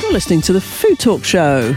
You're listening to the Food Talk Show.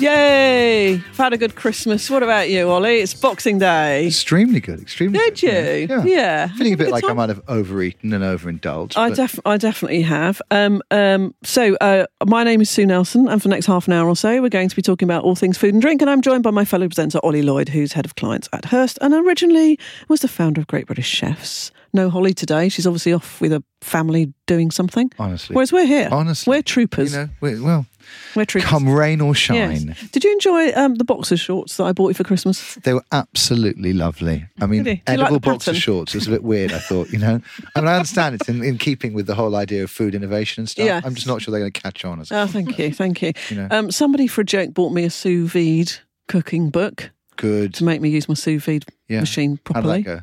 Yay! I've had a good Christmas. What about you, Ollie? It's Boxing Day. Extremely good. Extremely Did good. you? Yeah. Yeah. Feeling a Good bit like I time. might have overeaten and overindulged. I, but def- I definitely have. Um, um, so, uh, my name is Sue Nelson, and for the next half an hour or so, we're going to be talking about all things food and drink. And I'm joined by my fellow presenter, Ollie Lloyd, who's head of clients at Hearst and originally was the founder of Great British Chefs. No Holly today. She's obviously off with a family doing something. honestly. Whereas we're here. Honestly. We're troopers. You know, we- well, we're troopers. come rain or Yes. shine, Did you enjoy um, the boxer shorts that I bought you for Christmas? they were absolutely lovely. I mean, Really? Do you like edible the boxer pattern? shorts was a bit weird, I thought, you know. I mean, I understand it's in, in keeping with the whole idea of food innovation and stuff. Yeah. I'm just not sure they're going to catch on. As Oh, thank you. Thank you. You know. um, somebody for a joke bought me a sous vide cooking book. good. to make me use my sous vide Yeah. machine How'd that properly. go?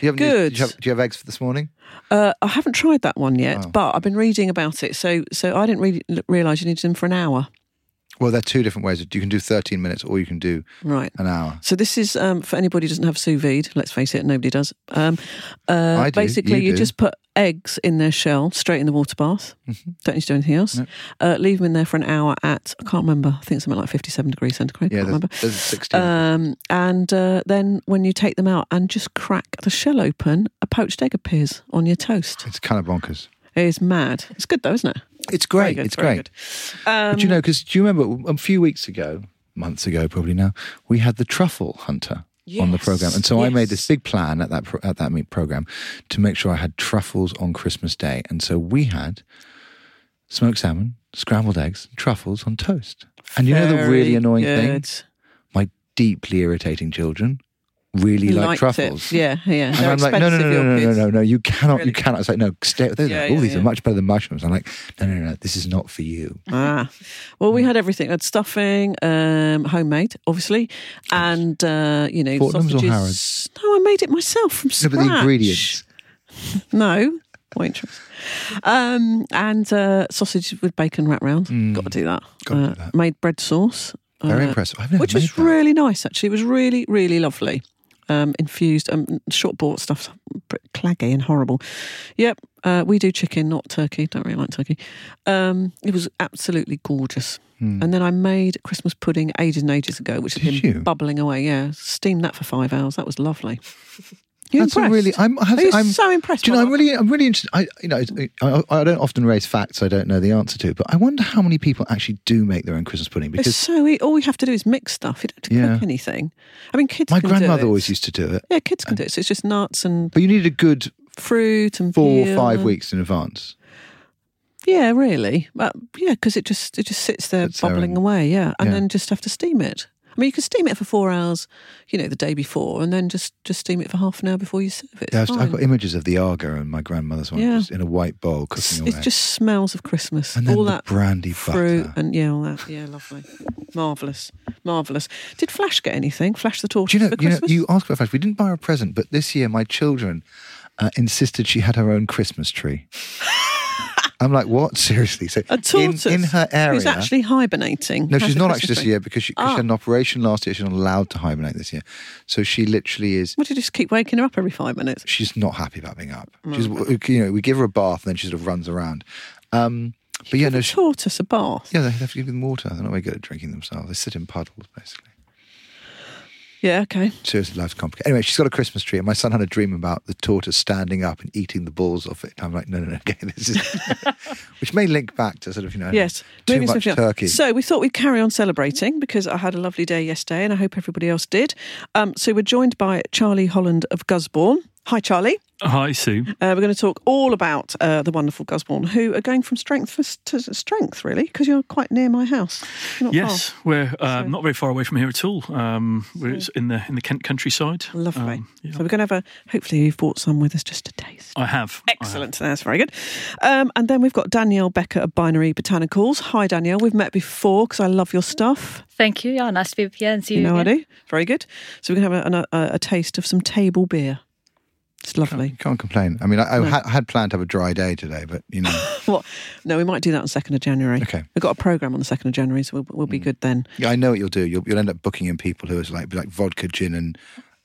You haven't Good. Used, do, you have, do you have eggs for this morning? Uh, I haven't tried that one yet, Oh. but I've been reading about it. So, so I didn't really realize you needed them for an hour, Well, there are two different ways. You can do 13 minutes or you can do right? an hour. So this is um, for anybody who doesn't have sous vide. Let's face it, nobody does. Um, uh, I do, Basically, you you, do. just put eggs in their shell straight in the water bath. Mm-hmm. Don't need to do anything else. Uh, leave them in there for an hour at I can't remember. I think something like fifty-seven degrees centigrade. Yeah, can't there's, remember. there's 16. Um, and uh, then when you take them out and just crack the shell open, a poached egg appears on your toast. it's kind of bonkers. It is mad. It's good though, isn't it? It's Very great. good, Um, it's very great. but you know, because do you remember a few weeks ago, months ago probably now, we had the truffle hunter on the Yes, program, and so I made yes. this big plan at that pro- at that meet program to make sure I had truffles on Christmas Day, and so we had smoked salmon, scrambled eggs, truffles on toast. And you know the really Very annoying thing, good. my deeply irritating children really He like liked truffles. It. Yeah, yeah. And They're I'm like, no, no, expensive, no, no, your no, no, kids. no, no, you cannot, Really? you cannot. It's like, no, stay, they're Yeah, like, all yeah, these yeah. are much better than mushrooms. I'm like, no, no, no, no, this is not for you. Ah, well, Mm. we had everything. We had stuffing, um, homemade, obviously, and uh, you know, Fortnum's or sausages. Harrods? No, I made it myself from No, scratch. but the ingredients. No. Waitress. Um, and uh, sausage with bacon wrapped round. Got to do that. Mm. Gotta do Uh, that. Made bread sauce. Very uh, impressive. I've never which made was that. really nice actually. It was really really lovely. Um, infused um, short bought stuff, claggy and horrible. Yep, uh, we do chicken, not turkey. Don't really like turkey. Um, it was absolutely gorgeous. And then I made Christmas pudding ages and ages ago, which has Hmm. Did been you? bubbling away. Yeah, steamed that for five hours. That was lovely. You That's a impressed? really. I'm. I have Are to- you I'm so impressed? Do you by know? I'm that? really. I'm really interested. I. You know. it's- I, I don't often raise facts I don't know the answer to, but I wonder how many people actually do make their own Christmas pudding It's because so e- all we have to do is mix stuff. You don't have to Yeah. cook anything. I mean, kids. my can grandmother do it. always used to do it. Yeah, kids can do it. So it's just nuts and But you need a good fruit and four or peel five and- weeks in advance. Yeah, really. But yeah, because it just it just sits there Sits there bubbling and- away. Yeah, and yeah. then just have to steam it. I mean, you could steam it for four hours, you know, the day before, and then just just steam it for half an hour before you serve it. Yeah, I've, It's fine. I've got images of the Argo and my grandmother's one Yeah. just in a white bowl It's- cooking away. it just smells of Christmas. and then all the that brandy fruit butter. and yeah, all that. Yeah, lovely, marvelous, marvelous. Did Flash get anything? Flash the tortoise Do you know? for You know. Christmas? You asked about fact. We didn't buy her a present, but this year my children uh, insisted she had her own Christmas tree. I'm like, what? Seriously? So a in, tortoise in her area, who's actually hibernating. No, has she's a not Christmas actually this tree. year because she, 'cause she Ah. had an operation last year. She's not allowed to hibernate this year. So she literally is. What did you just keep waking her up every five minutes? She's not happy about being up. Mm. She's, you know, we give her a bath and then she sort of runs around. Um, but yeah, no, she, Tortoise a bath. yeah, they have to give them water. They're not very good at drinking themselves. They sit in puddles basically. Yeah, okay. Seriously, life's complicated. Anyway, she's got a Christmas tree, and my son had a dream about the tortoise standing up and eating the balls off it. And I'm like, no, no, no, okay, this is, which may link back to sort of you know, Yes, too moving much swiftly on. turkey. So we thought we'd carry on celebrating because I had a lovely day yesterday, and I hope everybody else did. Um, so we're joined by Charlie Holland of Gusbourne. Hi, Charlie. Hi, Sue. Uh, we're going to talk all about uh, the wonderful Gusbourne, who are going from strength for, to strength, really, because you're quite near my house. You're not Yes, far. we're uh, not very far away from here at all. Um, we're it's in the in the Kent countryside. Lovely. Um, yeah. So we're going to have a. Hopefully, you've brought some with us just to taste. I have I have. Excellent. That's very good. Um, and then we've got Danielle Becker of Binary Botanicals. Hi, Danielle. We've met before because I love your stuff. Thank you. Yeah, nice to be up here and see you. You know I again. do. Very good. So we're going to have a, a, a taste of some table beer. It's lovely. Can't complain. I mean, I, I had, had planned to have a dry day today, but you know, What? No, we might do that on second of January. Okay. Mm. We've got a program on the second of January, so we'll, we'll be good then. Yeah, I know what you'll do. You'll, you'll end up booking in people who is like be like vodka, gin, and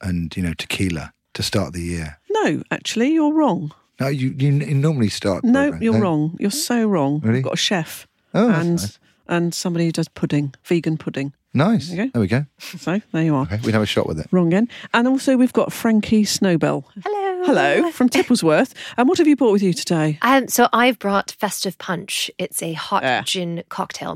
and you know tequila to start the year. No, actually, you're wrong. No, you you, you normally start. No, programs, you're wrong. You're so wrong. Really? We've got a chef Oh, that's and nice. and somebody who does pudding, vegan pudding. Nice. There you go. There we go. So there you are. Okay, we'd have a shot with it. Wrong again. And also we've got Frankie Snowbell. Hello. Hello from Tipplesworth. And what have you brought with you today? Um, so I've brought Festive Punch. It's a hot Yeah. gin cocktail,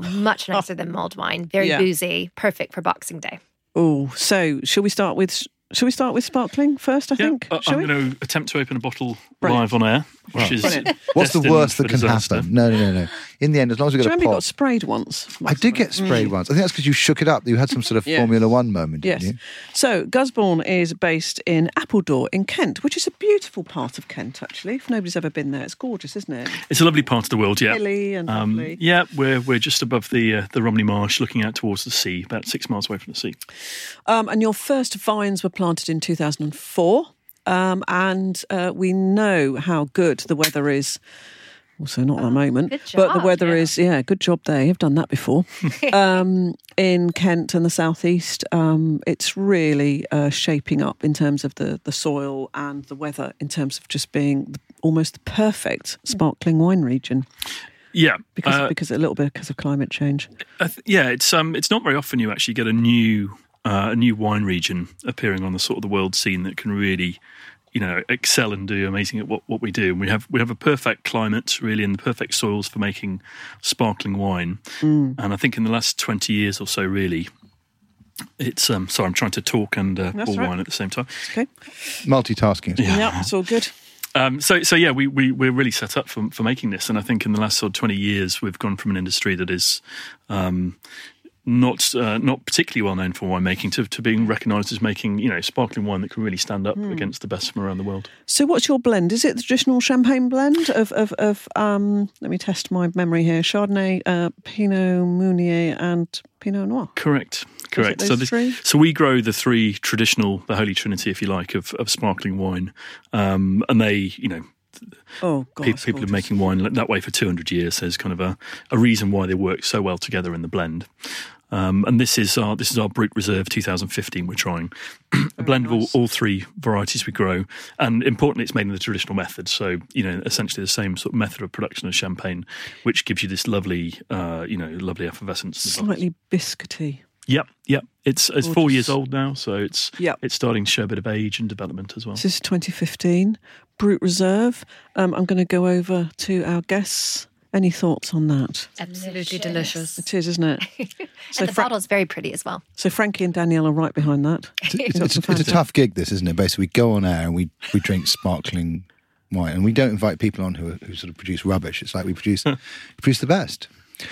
much nicer than mulled wine. Very Yeah. boozy, perfect for Boxing Day. Oh, so shall we start with shall we start with sparkling first? I Yeah, think. uh, I- shall I'm we? going to attempt to open a bottle Brilliant. live on air, which Right. is Brilliant. What's the destined worst that for can disaster. happen? No, no, no, no. In the end, as long as we've Do you got remember a you pot. got sprayed once? I did get sprayed once. I think that's because you shook it up. You had some sort of Yeah. Formula One moment, didn't Yes. you? So Gusbourne is based in Appledore in Kent, which is a beautiful part of Kent, actually. If nobody's ever been there, it's gorgeous, isn't it? It's a lovely part of the world, yeah. Um, Hilly and Um, lovely. yeah, we're we're just above the uh, the Romney Marsh, looking out towards the sea, about six miles away from the sea. Um, and your first vines were planted in 2004. Um, and uh, we know how good the weather is. Also, not at the moment, Oh, good but the job, weather yeah. is, yeah, good job there. You've done that before. um, in Kent and the southeast, um, it's really uh, shaping up in terms of the, the soil and the weather, in terms of just being the, almost the perfect Hmm. sparkling wine region Yeah, because, uh, because a little bit because of climate change. I th- yeah, it's um, it's not very often you actually get a new uh, a new wine region appearing on the sort of the world scene that can really, you know, excel and do amazing at what, what we do. And we have we have a perfect climate really, and the perfect soils for making sparkling wine. Mm. And I think in the last twenty years or so, really. It's um sorry I'm trying to talk and uh, That's pour right. wine at the same time. Okay. Multitasking. Yeah, it's all good. Um, so, so yeah, we, we, we're really set up for, for making this. And I think in the last sort of 20 years, we've gone from an industry that is um, not uh, not particularly well known for winemaking to, to being recognised as making, you know, sparkling wine that can really stand Hmm. up against the best from around the world. So, what's your blend? Is it the traditional champagne blend of of, of um? Let me test my memory here: Chardonnay, uh, Pinot Meunier, and Pinot Noir. Correct. Correct. those So, this, three? so we grow the three traditional, the holy trinity, if you like, of, of sparkling wine. Um, and they, you know, Oh God, pe- it's people have been gorgeous. making wine that way for 200 years. There's kind of a, a reason why they work so well together in the blend. Um, and this is our this is our Brut Reserve 2015. We're trying a blend of all, all three varieties we grow, and importantly, it's made in the traditional method. So you know, essentially the same sort of method of production as champagne, which gives you this lovely, uh, you know, lovely effervescence. and bubbles. slightly biscuity. Yep, yep. It's it's four Gorgeous. years old now, so it's Yep. it's starting to show a bit of age and development as well. This is 2015 Brute Reserve. Um, I'm going to go over to our guests. Any thoughts on that? Absolutely delicious. It is, isn't it? So and the Fra- bottle's very pretty as well. So Frankie and Danielle are right behind that. It's, it's, it's a tough gig, this, isn't it? Basically, we go on air and we, we drink sparkling wine, and we don't invite people on who, who sort of produce rubbish. It's like we produce produce the best.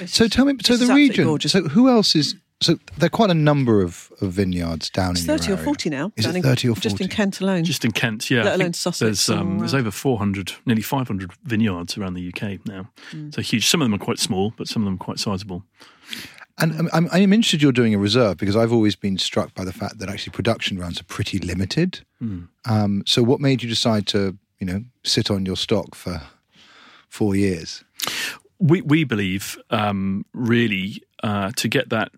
so tell me, so this is the absolutely region. gorgeous. So who else is? So there are quite a number of, of vineyards down It's in your 30 or area. 40 now. Is down it in- thirty or forty? Just in Kent alone. Just in Kent, yeah. Mm. Let I alone think Sussex There's, or, um, uh, there's over 400, nearly 500 vineyards around the UK now. Mm. So huge. Some of them are quite small, but some of them are quite sizable. And I'm, I'm, I'm interested you're doing a reserve because I've always been struck by the fact that actually production rounds are pretty limited. Um, so what made you decide to, you know, sit on your stock for four years? We, we believe, um, really, uh, to get that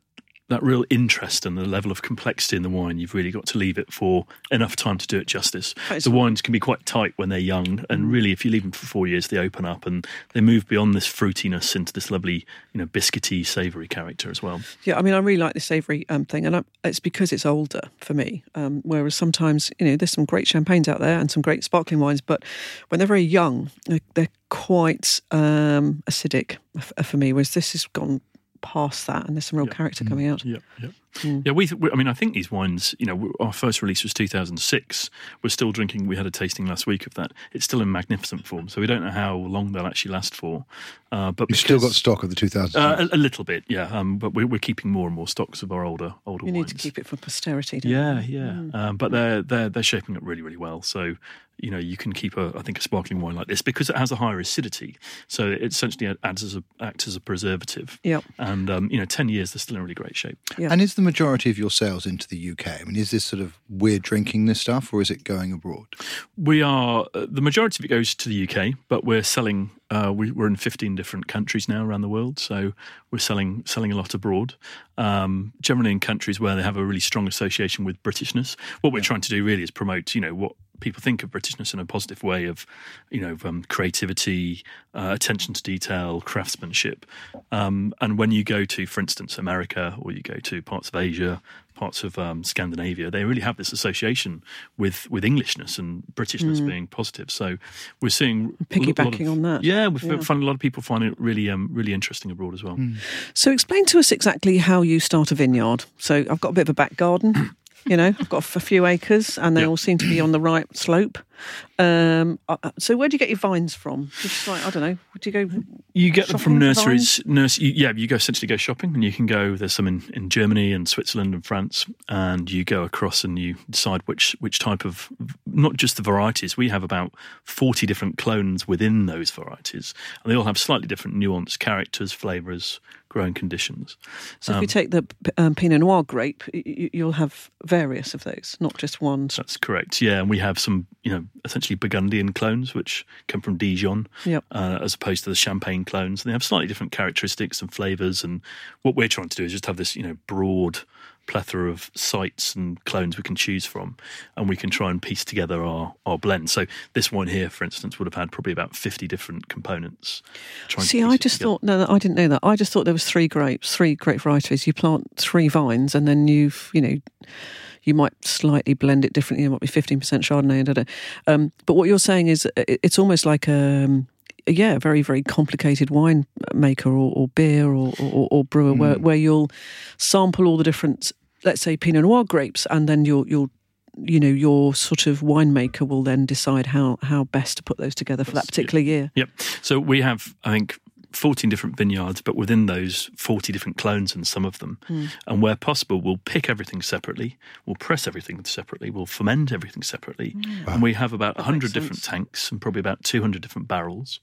that real interest and the level of complexity in the wine, you've really got to leave it for enough time to do it justice. The wines can be quite tight when they're young, Mm. and really, if you leave them for four years, they open up and they move beyond this fruitiness into this lovely, you know, biscuity, savoury character as well. Yeah, I mean, I really like the savoury um, thing, and I, it's because it's older for me. Um, whereas sometimes, you know, there's some great champagnes out there and some great sparkling wines, but when they're very young, they're, they're quite um, acidic f- for me. Whereas this has gone past that, and there's some real character coming out. Mm. Yeah, yeah, Hmm. yeah. We, we, I mean, I think these wines. You know, our first release was 2006. We're still drinking. We had a tasting last week of that. It's still in magnificent form, so we don't know how long they'll actually last for. Uh, but You've still got because- stock of the 2000s. uh, a, a little bit, yeah. Um, but we're, we're keeping more and more stocks of our older, older You need wines. to keep Hmm. it for posterity. Don't you? Yeah, yeah. Um, but they're they're they're shaping up really, really well. So you know you can keep a I think a sparkling wine like this because it has a higher acidity. So it essentially adds as a acts as a preservative. Yep. And um, you know, ten years they're still in really great shape. yeah. And is the majority of your sales into the UK? I mean, is this sort of we're drinking this stuff, or is it going abroad? We are uh, the majority of it goes to the UK, but we're selling. Uh, we, we're in 15 different countries now around the world, so we're selling selling a lot abroad. Um, generally in countries where they have a really strong association with Britishness. What we're trying to do really is promote, you know, what people think of Britishness in a positive way of, you know, um, creativity, uh, attention to detail, craftsmanship. Um, and when you go to, for instance, America or you go to parts of Asia, parts of um, Scandinavia, they really have this association with with Englishness and Britishness being positive. So we're seeing a lot of- Mm. Piggybacking on that. Yeah, we have find a lot of people find it really um, really interesting abroad as well. So explain to us exactly how you start a vineyard. So I've got a bit of a back garden. You know, I've got a few acres, and they Yeah. all seem to be on the right slope. Um, uh, uh, so, where do you get your vines from? Just like I don't know, do you go? You get them from Shopping nurseries. Nurse, you- yeah, you go essentially go shopping, and you can go. There's some in, in Germany and Switzerland and France, and you go across and you decide which which type of not just the varieties. We have about forty different clones within those varieties, and they all have slightly different nuanced characters, flavors, growing conditions. So, if you take the p- um, Pinot Noir grape, y- y- you'll have various of those, not just one. That's correct. Yeah, and we have some, you know, essentially Burgundian clones which come from Dijon, Yep. uh, as opposed to the Champagne clones. And they have slightly different characteristics and flavors. And what we're trying to do is just have this, you know, broad plethora of sites and clones we can choose from, and we can try and piece together our our blend. So this one here, for instance, would have had probably about fifty different components. Try and See, piece I it just together. thought no, no, I didn't know that. I just thought there was three grapes, three grape varieties. You plant three vines, and then you've you know, you might slightly blend it differently. It might be fifteen percent Chardonnay. Da, da. Um, but what you're saying is uh, it- it's almost like um, yeah, a very very complicated wine maker or, or beer or, or, or brewer Hmm. where, where you'll sample all the different, let's say Pinot Noir grapes, and then you'll you'll you know your sort of winemaker will then decide how how best to put those together for that particular year. Yep. So we have, I think, 14 different vineyards, but within those, 40 different clones in some of them. And where possible, we'll pick everything separately, we'll press everything separately, we'll ferment everything separately. And we have about 100 different tanks and probably about 200 different barrels.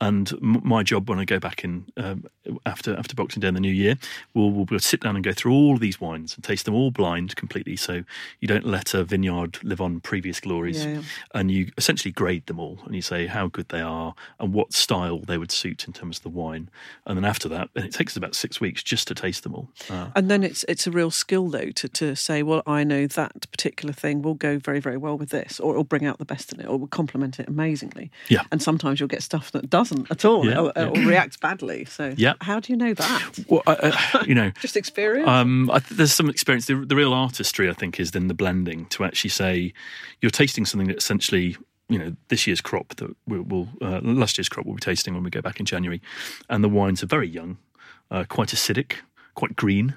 And m- my job when I go back in um, after after Boxing Day in the new year, we'll, we'll, we'll sit down and go through all these wines and taste them all blind completely. So you don't let a vineyard live on previous glories. Yeah, yeah. And you essentially grade them all and you say how good they are and what style they would suit in terms of the wine. And then after that, and it takes us about six weeks just to taste them all. Uh, And then it's it's a real skill though to, to say, well, I know that particular thing will go very very well with this, or it'll bring out the best in it, or will complement it amazingly. Yeah. And sometimes you'll get stuff that doesn't at all, Yeah, or, yeah. or reacts badly. So Yeah. how do you know that? well, I, I, you know, Just experience. Um, I th- there's some experience. The, the real artistry, I think, is then the blending to actually say you're tasting something that essentially, you know, this year's crop that we'll, we'll uh, last year's crop we'll be tasting when we go back in January, and the wines are very young, uh, quite acidic, quite green,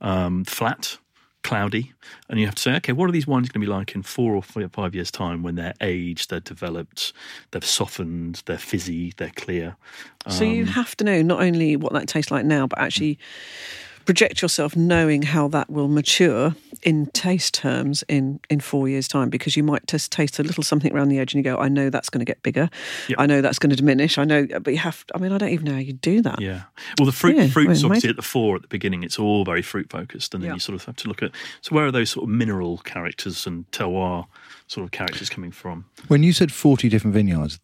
um, flat. Cloudy, and you have to say, okay, what are these wines going to be like in four or fi- five years' time when they're aged, they're developed, they've softened, they're fizzy, they're clear? so you Um, have to know not only what that tastes like now, but actually project yourself knowing how that will mature in taste terms in in four years time because you might just taste a little something around the edge and you go i know that's going to get bigger i know that's going to diminish i know but you have i mean i don't even know how you do that Yeah. Well, the fruit, Yeah, fruits well, obviously amazing. at the fore at the beginning, it's all very fruit focused, and then Yeah. you sort of have to look at so where are those sort of mineral characters and terroir sort of characters coming from? When you said forty different vineyards,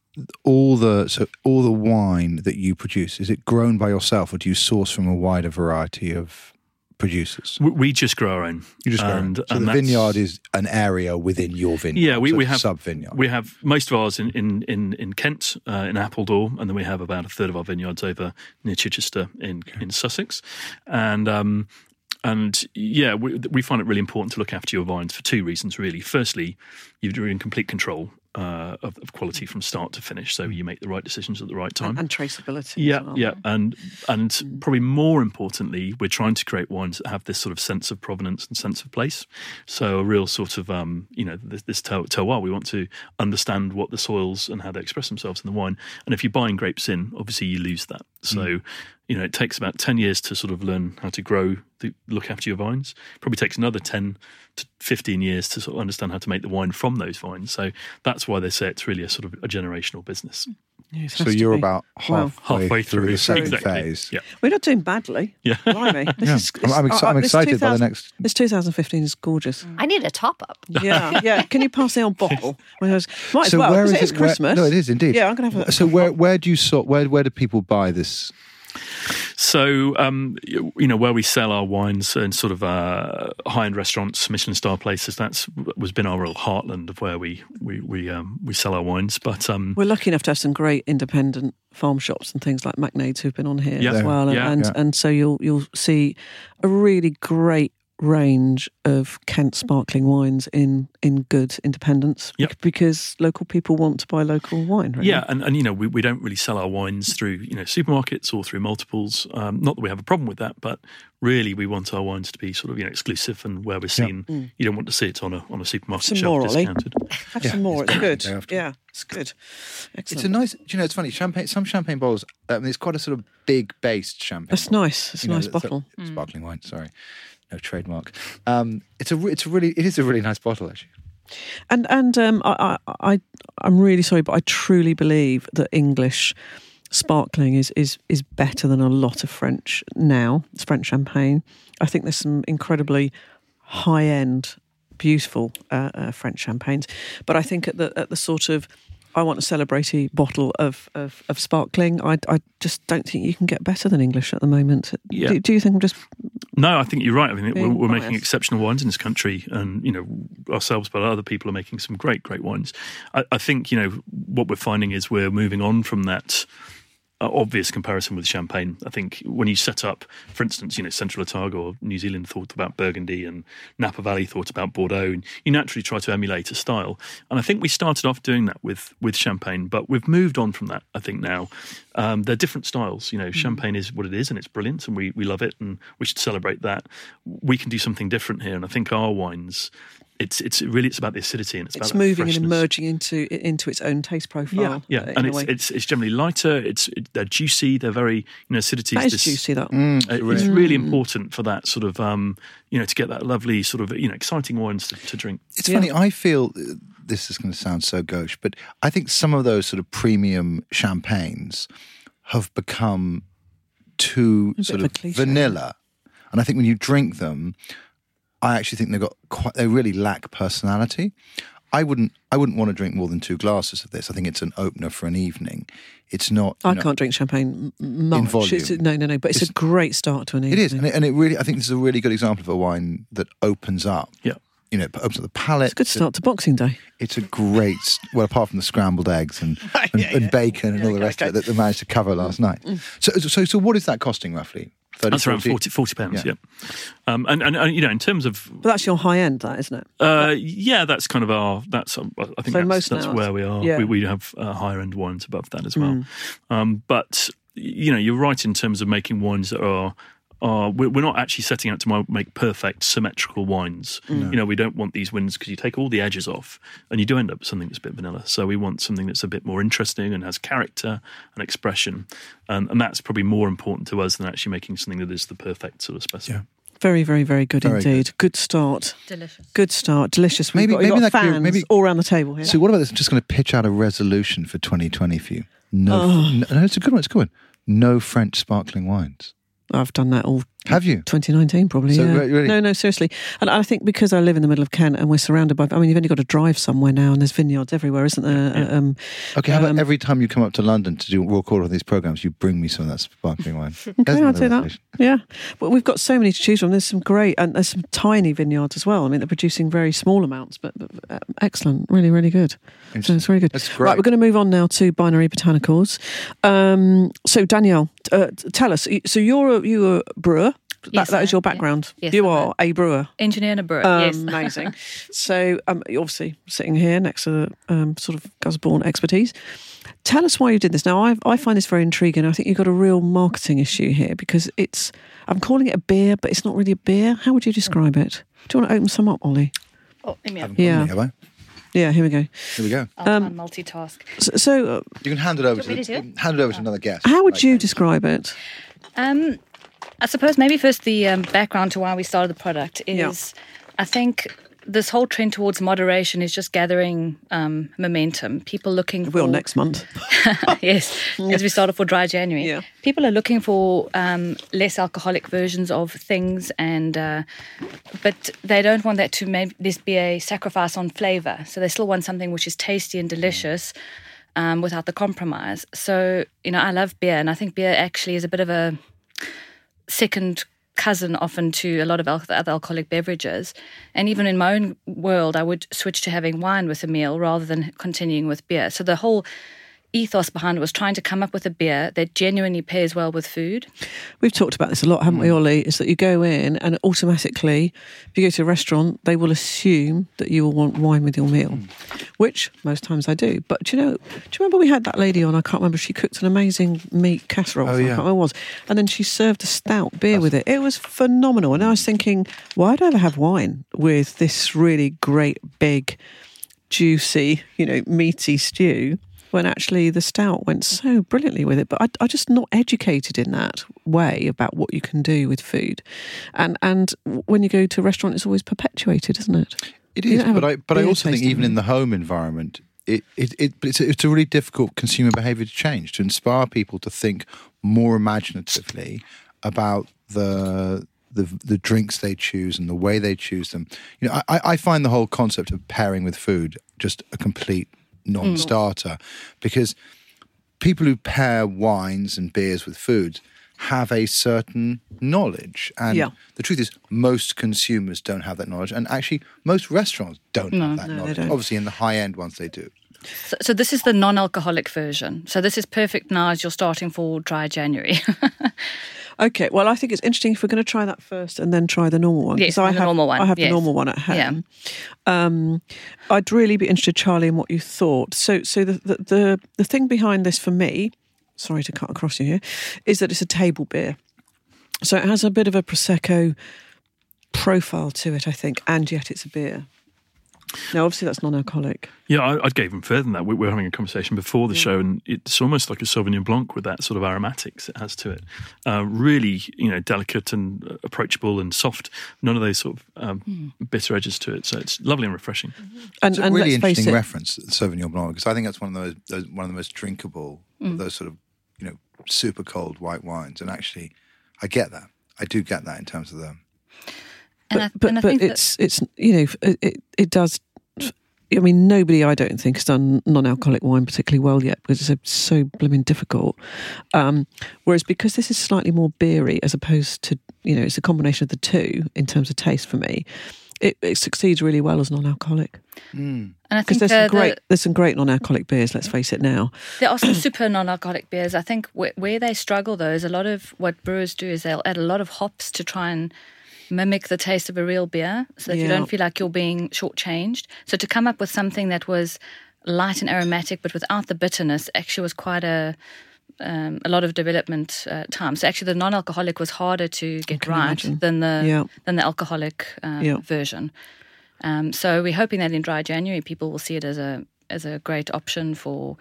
all the so all the wine that you produce is it grown by yourself, or do you source from a wider variety of producers? We, we just grow our own. You just grow. And- so and the that's- vineyard is an area within your vineyard. Yeah, we, so we it's have sub vineyard. We have most of ours in in in, in Kent, uh, in Appledore, and then we have about a third of our vineyards over near Chichester in in Sussex, and. Um, and yeah, we, we find it really important to look after your vines for two reasons, really. Firstly, you're in complete control uh, of, of quality from start to finish, so Mm. you make the right decisions at the right time. and traceability. Yeah, as well. yeah, and and probably more importantly, we're trying to create wines that have this sort of sense of provenance and sense of place. So a real sort of um, you know this, this ter- terroir. We want to understand what the soils and how they express themselves in the wine. And if you're buying grapes in, obviously you lose that. So you know, it takes about 10 years to sort of learn how to grow, the, look after your vines. Probably takes another 10 to 15 years to sort of understand how to make the wine from those vines. So that's why they say it's really a sort of a generational business. Yes, So has to you're be. about Wow. halfway, Halfway through, through, the second exactly. phase. Yeah. We're not doing badly. Yeah. Blimey. This Yeah. is, uh, I'm- I'm this- exci- I'm this excited by the 2000 next- This 2015 is gorgeous. Mm. I need a top up. Yeah, yeah. Can you pass the old bottle? Well, Might as So well. where 'cause is it is it- where- Christmas. no, it is indeed. Yeah, I'm gonna have a. So where where do you sort where where do people buy this? So, um, you you know, where we sell our wines and sort of uh, high-end restaurants, Michelin star places, that's was been our real heartland of where we we we, um, we sell our wines. But um, We're lucky enough to have some great independent farm shops and things like MacNades who've been on here Yeah. as well, Yeah. and Yeah. and so you'll you'll see a really great range of Kent sparkling wines in in good independence Yep. bec- because local people want to buy local wine. Really. Yeah, and, and you know we, we don't really sell our wines through you know supermarkets or through multiples. Um, not that we have a problem with that, but really we want our wines to be sort of you know exclusive and where we're seen. You don't want to see it on a on a supermarket Some shelf morally. discounted. have some more. It's good. day after. Yeah, it's good. Excellent. It's a nice, you know, it's funny. Champagne, some champagne bottles. I mean, it's quite a sort of big based champagne. That's nice. It's a you know, nice that's a- bottle. Mm. Sparkling wine. Sorry, no trademark. Um, it's a, re- it's a really, it is a really nice bottle actually. And and um, I, I I I'm really sorry, but I truly believe that English sparkling is is is better than a lot of French now. It's French champagne. I think there's some incredibly high end, beautiful uh, uh, French champagnes. But I think at the at the sort of I want a celebratory bottle of, of, of sparkling. I, I just don't think you can get better than English at the moment. Yeah. Do, do you think I'm just No, I think you're right. I think we're, Being we're making biased. exceptional wines in this country, and you know ourselves, but other people are making some great, great wines. I, I think you know what we're finding is we're moving on from that uh, obvious comparison with champagne. I think when you set up, for instance, you know Central Otago or New Zealand thought about Burgundy, and Napa Valley thought about Bordeaux, and you naturally try to emulate a style. And I think we started off doing that with with champagne, but we've moved on from that. I think now um, they're different styles. Hmm. You know, champagne is what it is, and it's brilliant, and we we love it, and we should celebrate that. We can do something different here, and I think our wines. It's it's really it's about the acidity and it's, about it's that moving and freshness. emerging into into its own taste profile? Yeah, uh, in a and it's, way. it's it's generally lighter. It's it, they're juicy. They're very you know acidity. that is is this- juicy. Mm. That uh, It's really important for that sort of um you know to get that lovely sort of you know exciting wines to, to drink. It's funny. I feel uh, this is going to sound so gauche, but I think some of those sort of premium champagnes have become too sort of a of cliché. vanilla, and I think when you drink them, I actually think they got quite, they really lack personality. I wouldn't I wouldn't want to drink more than two glasses of this. I think it's an opener for an evening. It's not. you I know, can't drink champagne m- much. volume. It's- no, no, no. But it's, a great start to an It evening. is, and it, and it really. I think this is a really good example of a wine that opens up. Yeah. You know, opens up the palate. It's a good start to Boxing Day. It's a great, well, apart from the scrambled eggs and, and, and bacon and all the rest of it that they managed to cover last night. Mm. So, so, so what is that costing roughly? 30, That's around 40, 40 pounds. Yeah, Um, and, and and you know in terms of But that's your high end, that isn't it? uh, yeah, that's kind of our that's um, I think So that's, most that's now, where we are. yeah. Hmm. We, we have uh, higher end wines above that as well. Um, but you know you're right in terms of making wines that are. Are, we're we're not actually setting out to mo- make perfect symmetrical wines. Hmm. You know, we don't want these wines because you take all the edges off and you do end up with something that's a bit vanilla. So we want something that's a bit more interesting and has character and expression. And, and that's probably more important to us than actually making something that is the perfect sort of specimen. Very, very, very good Very indeed. Good. start. Delicious. Good start. Delicious. We've Maybe- got, we've maybe got that could be- fans maybe- all around the table here. So, what about this? I'm just going to pitch out a resolution for 2020 for you. No, Oh. no, no, it's a good one. It's a good one. No French sparkling wines. I've done that all Have you? 2019 probably. So, yeah. re- really? No, no, seriously. And I think because I live in the middle of Kent and we're surrounded by, I mean, you've only got to drive somewhere now and there's vineyards everywhere, isn't there? Uh, Um, Okay, how about every time you come up to London to do raw call on these programs, you bring me some of that sparkling wine? There's Yeah, I'll another do that. resolution. Yeah. But we've got so many to choose from. There's some great, and there's some tiny vineyards as well. I mean, they're producing very small amounts, but, but uh, excellent. Really, really good. So it's really good. That's Right, great. we're going to move on now to Binary Botanicals. Um, so, Danielle, t- uh, t- tell us. y- So, you're a, you're a brewer. That, Yes, that I is your am, yeah. background. Yes, you I am. are a brewer. Engineer and a brewer. yes. Amazing. so, um, you're obviously sitting here next to um, sort of Gusborne expertise. Tell us why you did this. Now, I, I find this very intriguing. I think you've got a real marketing issue here because it's, I'm calling it a beer, but it's not really a beer. How would you describe it? Do you want to open some up, Ollie? Oh, let me I have- haven't got Yeah. any, have I? Yeah, here we go. Here we go. I'll um, I'll multitask. So, so uh, You can hand it over Do you Oh. to want me to do hand it over to another guest. how would Like you that. describe it? Um, I suppose maybe first the um, background to why we started the product Yeah. is I think this whole trend towards moderation is just gathering um, momentum. People looking Will for next month. yes, as we started for dry January. Yeah. People are looking for um, less alcoholic versions of things, and uh, but they don't want that to maybe this be a sacrifice on flavor. So they still want something which is tasty and delicious. Um, without the compromise. So, you know, I love beer, and I think beer actually is a bit of a second cousin often to a lot of al- other alcoholic beverages. And even in my own world, I would switch to having wine with a meal rather than continuing with beer. So the whole ethos behind it was trying to come up with a beer that genuinely pairs well with food. We've talked about this a lot, haven't we, Ollie? Is that you go in and automatically, if you go to a restaurant, they will assume that you will want wine with your meal, which most times I do. But do you know, do you remember we had that lady on? I can't remember. She cooked an amazing meat casserole. I yeah. can't remember what it was. And then she served a stout beer with it. It was phenomenal. And I was thinking, why do I ever have wine with this really great, big, juicy, you know, meaty stew when actually the stout went so brilliantly with it. But I, I just not educated in that way about what you can do with food. And and when you go to a restaurant, it's always perpetuated, isn't it? It You is, don't have but a I but I beer also think tasting even in the home environment, it it, it but it's a, it's a really difficult consumer behaviour to change to inspire people to think more imaginatively about the. The, the drinks they choose and the way they choose them. You know, I, I I find the whole concept of pairing with food just a complete Mm. non-starter because people who pair wines and beers with foods have a certain knowledge. And Yeah. the truth is, most consumers don't have that knowledge. And actually, most restaurants don't have that knowledge. don't. Obviously, in the high end ones, they do. So, so this is the non-alcoholic version. So this is perfect now as you're starting for dry January. Okay, well, I think it's interesting if we're going to try that first and then try the normal one. Yes, 'cause I the have, normal one, I have the yes. normal one at home. Yeah. Um, I'd really be interested, Charlie, in what you thought. So, so the, the the the thing behind this for me, sorry to cut across you here, is that it's a table beer, so it has a bit of a prosecco profile to it, I think, and yet it's a beer. Now, obviously, that's non-alcoholic. Yeah, I, I'd go even further than that. We, we were having a conversation before the show, and it's almost like a Sauvignon Blanc with that sort of aromatics it has to it. Uh, really, you know, delicate and uh, approachable and soft. None of those sort of um, Hmm. bitter edges to it. So it's lovely and refreshing. And, It's a and really let's face interesting it, reference, Sauvignon Blanc, because I think that's one of those, those one of the most drinkable, Mm. of those sort of, you know, super cold white wines. And actually, I get that. I do get that in terms of the and but, but, but that- it's it's you know it it, it does. I mean, nobody I don't think has done non-alcoholic wine particularly well yet because it's so, so blooming difficult. Um, whereas because this is slightly more beery as opposed to you know it's a combination of the two in terms of taste for me. It, it succeeds really well as non-alcoholic and I because think there's some uh, the- great there's some great non-alcoholic beers. Let's face it now. There are some super non-alcoholic beers. I think where, where they struggle though is a lot of what brewers do is they'll add a lot of hops to try and mimic the taste of a real beer, so that you Yeah. don't feel like you're being shortchanged. So to come up with something that was light and aromatic but without the bitterness actually was quite a um, a lot of development uh, time. So actually, the non-alcoholic was harder to get right imagine. than the Yeah. than the alcoholic um, Yeah. version. Um, so we're hoping that in dry January, people will see it as a as a great option for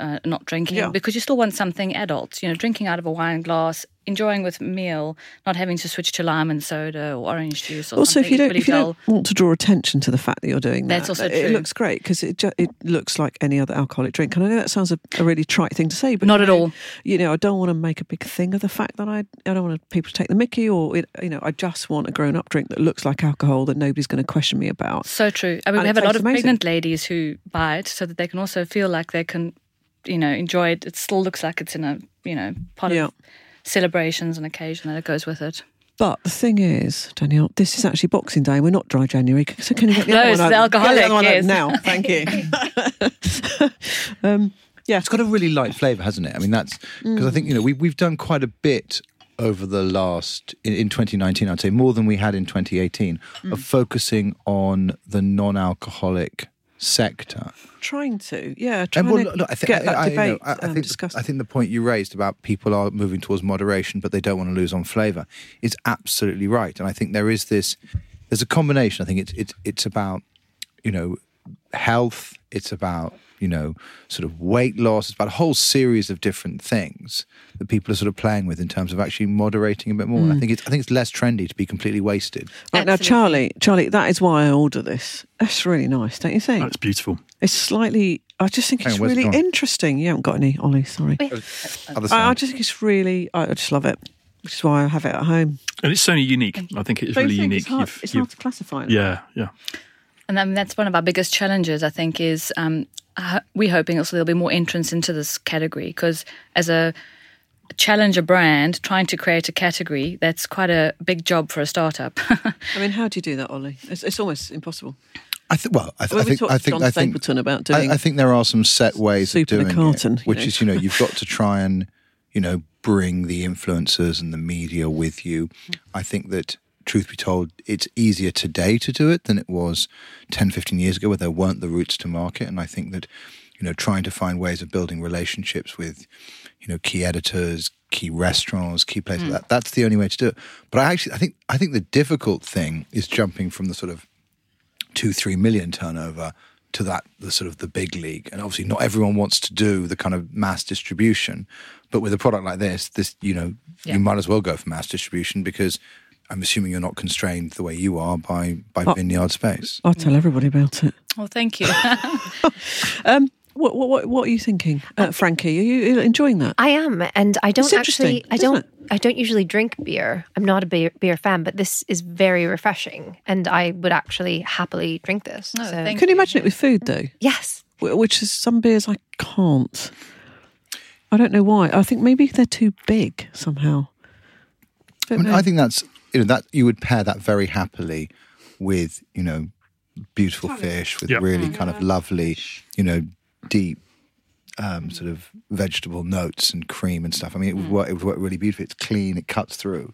uh, not drinking Yeah. because you still want something adult. You know, drinking out of a wine glass, enjoying with meal, not having to switch to lime and soda or orange juice. Or Also, something if you don't equally if you dull. don't want to draw attention to the fact that you're doing that, That's also it true. looks great because it ju- it looks like any other alcoholic drink. And I know that sounds a, a really trite thing to say, but Not you at know- all. You know, I don't want to make a big thing of the fact that I I don't want people to take the Mickey, or it, you know, I just want a grown up drink that looks like alcohol that nobody's going to question me about. So true. I And mean, we it have a lot tastes of Oh, amazing. pregnant ladies who buy it so that they can also feel like they can, you know, enjoy it. It still looks like it's in a, you know, part Yeah. of celebrations and occasion that it goes with it. But the thing is, Danielle, this is actually Boxing Day. We're not dry January, so can you get the No, other it's one the out- get alcoholic, other one out yes. now? Thank you. It's got a really light flavour, hasn't it? I mean, that's because I think you know we we've done quite a bit over the last in, in 2019. I'd say more than we had in 2018 of focusing on the non-alcoholic sector. trying to, yeah, trying to get that you know, debate I- I um, think discussed. I think the point you raised about people are moving towards moderation, but they don't want to lose on flavour is absolutely right. And I think there is this, there's a combination. I think it's it's it's about, you know, health. It's about you know sort of weight loss. It's about a whole series of different things that people are sort of playing with in terms of actually moderating a bit more. And Mm. I think it's I think it's less trendy to be completely wasted. Right, now, Absolutely. Charlie, Charlie, that is why I order this. That's really nice, don't you think? That's beautiful. It's slightly. I just think Hang it's on, where's it really gone? interesting. You haven't got any, Ollie. Sorry. Other Uh, I, I side. just think it's really. I I just love it, which is why I have it at home. And it's so unique. I think it is Don't you really think unique. It's hard, You've- it's you've- hard to classify. it? yeah, yeah. And I mean, that's one of our biggest challenges, I think, is um, ho- we're hoping also there'll be more entrance into this category because as a challenger brand, trying to create a category, that's quite a big job for a startup. I mean, how do you do that, Ollie? It's, it's almost impossible. I think. Well, I, th- Well, I we think. talked I to think. John I think. Stapleton about I- doing- I, think there are some set ways Soup of in a doing carton, it, you which know. is you know you've got to try and you know bring the influencers and the media with you. I think that truth be told, it's easier today to do it than it was 10, 15 years ago, where there weren't the routes to market. And I think that you know trying to find ways of building relationships with you know key editors, key restaurants, key places Hmm. like that that's the only way to do it. But I actually I think I think the difficult thing is jumping from the sort of two three million turnover to that the sort of the big league and obviously not everyone wants to do the kind of mass distribution but with a product like this this you know you might as well go for mass distribution because i'm assuming you're not constrained the way you are by by vineyard space I'll tell everybody about it. well, thank you. What what what, what are you thinking, uh, Frankie? Are you enjoying that? I am, and I don't interesting, actually. I don't. isn't I don't usually drink beer. I'm not a beer, beer fan, but this is very refreshing, and I would actually happily drink this. No, so, thank Can you imagine it with food though? yes, Wh- Which is some beers I can't. I don't know why. I think maybe they're too big somehow. I, Don't mean, know. I think that's you know that you would pair that very happily with you know beautiful fish with Yep. really kind of lovely you know deep um, sort of vegetable notes and cream and stuff. I mean, it would work. It would work really beautifully. It's clean. It cuts through.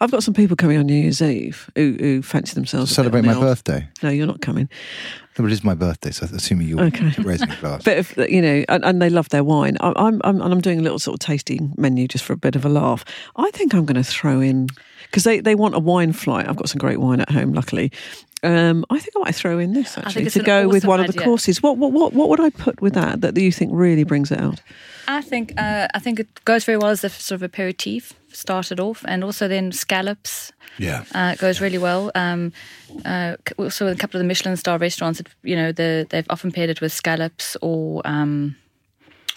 I've got some people coming on New Year's Eve who, who fancy themselves. a bit celebrate on the my old- birthday. No, you're not coming. No, but it is my birthday, so I'm assuming you're Okay. raising a glass. But if you know, and, and they love their wine. I, I'm, I'm and I'm doing a little sort of tasting menu just for a bit of a laugh. I think I'm going to throw in because they they want a wine flight. I've got some great wine at home, luckily. Um, I think I might throw in this actually it's to an go with awesome one of the idea. courses. What, what what what would I put with that that you think really brings it out? I think uh, I think it goes very well as a f- sort of aperitif, started off, and also then scallops. yeah. Uh, it goes really well. Um, uh, c- also, with a couple of the Michelin star restaurants, it- you know, the, they've often paired it with scallops or um,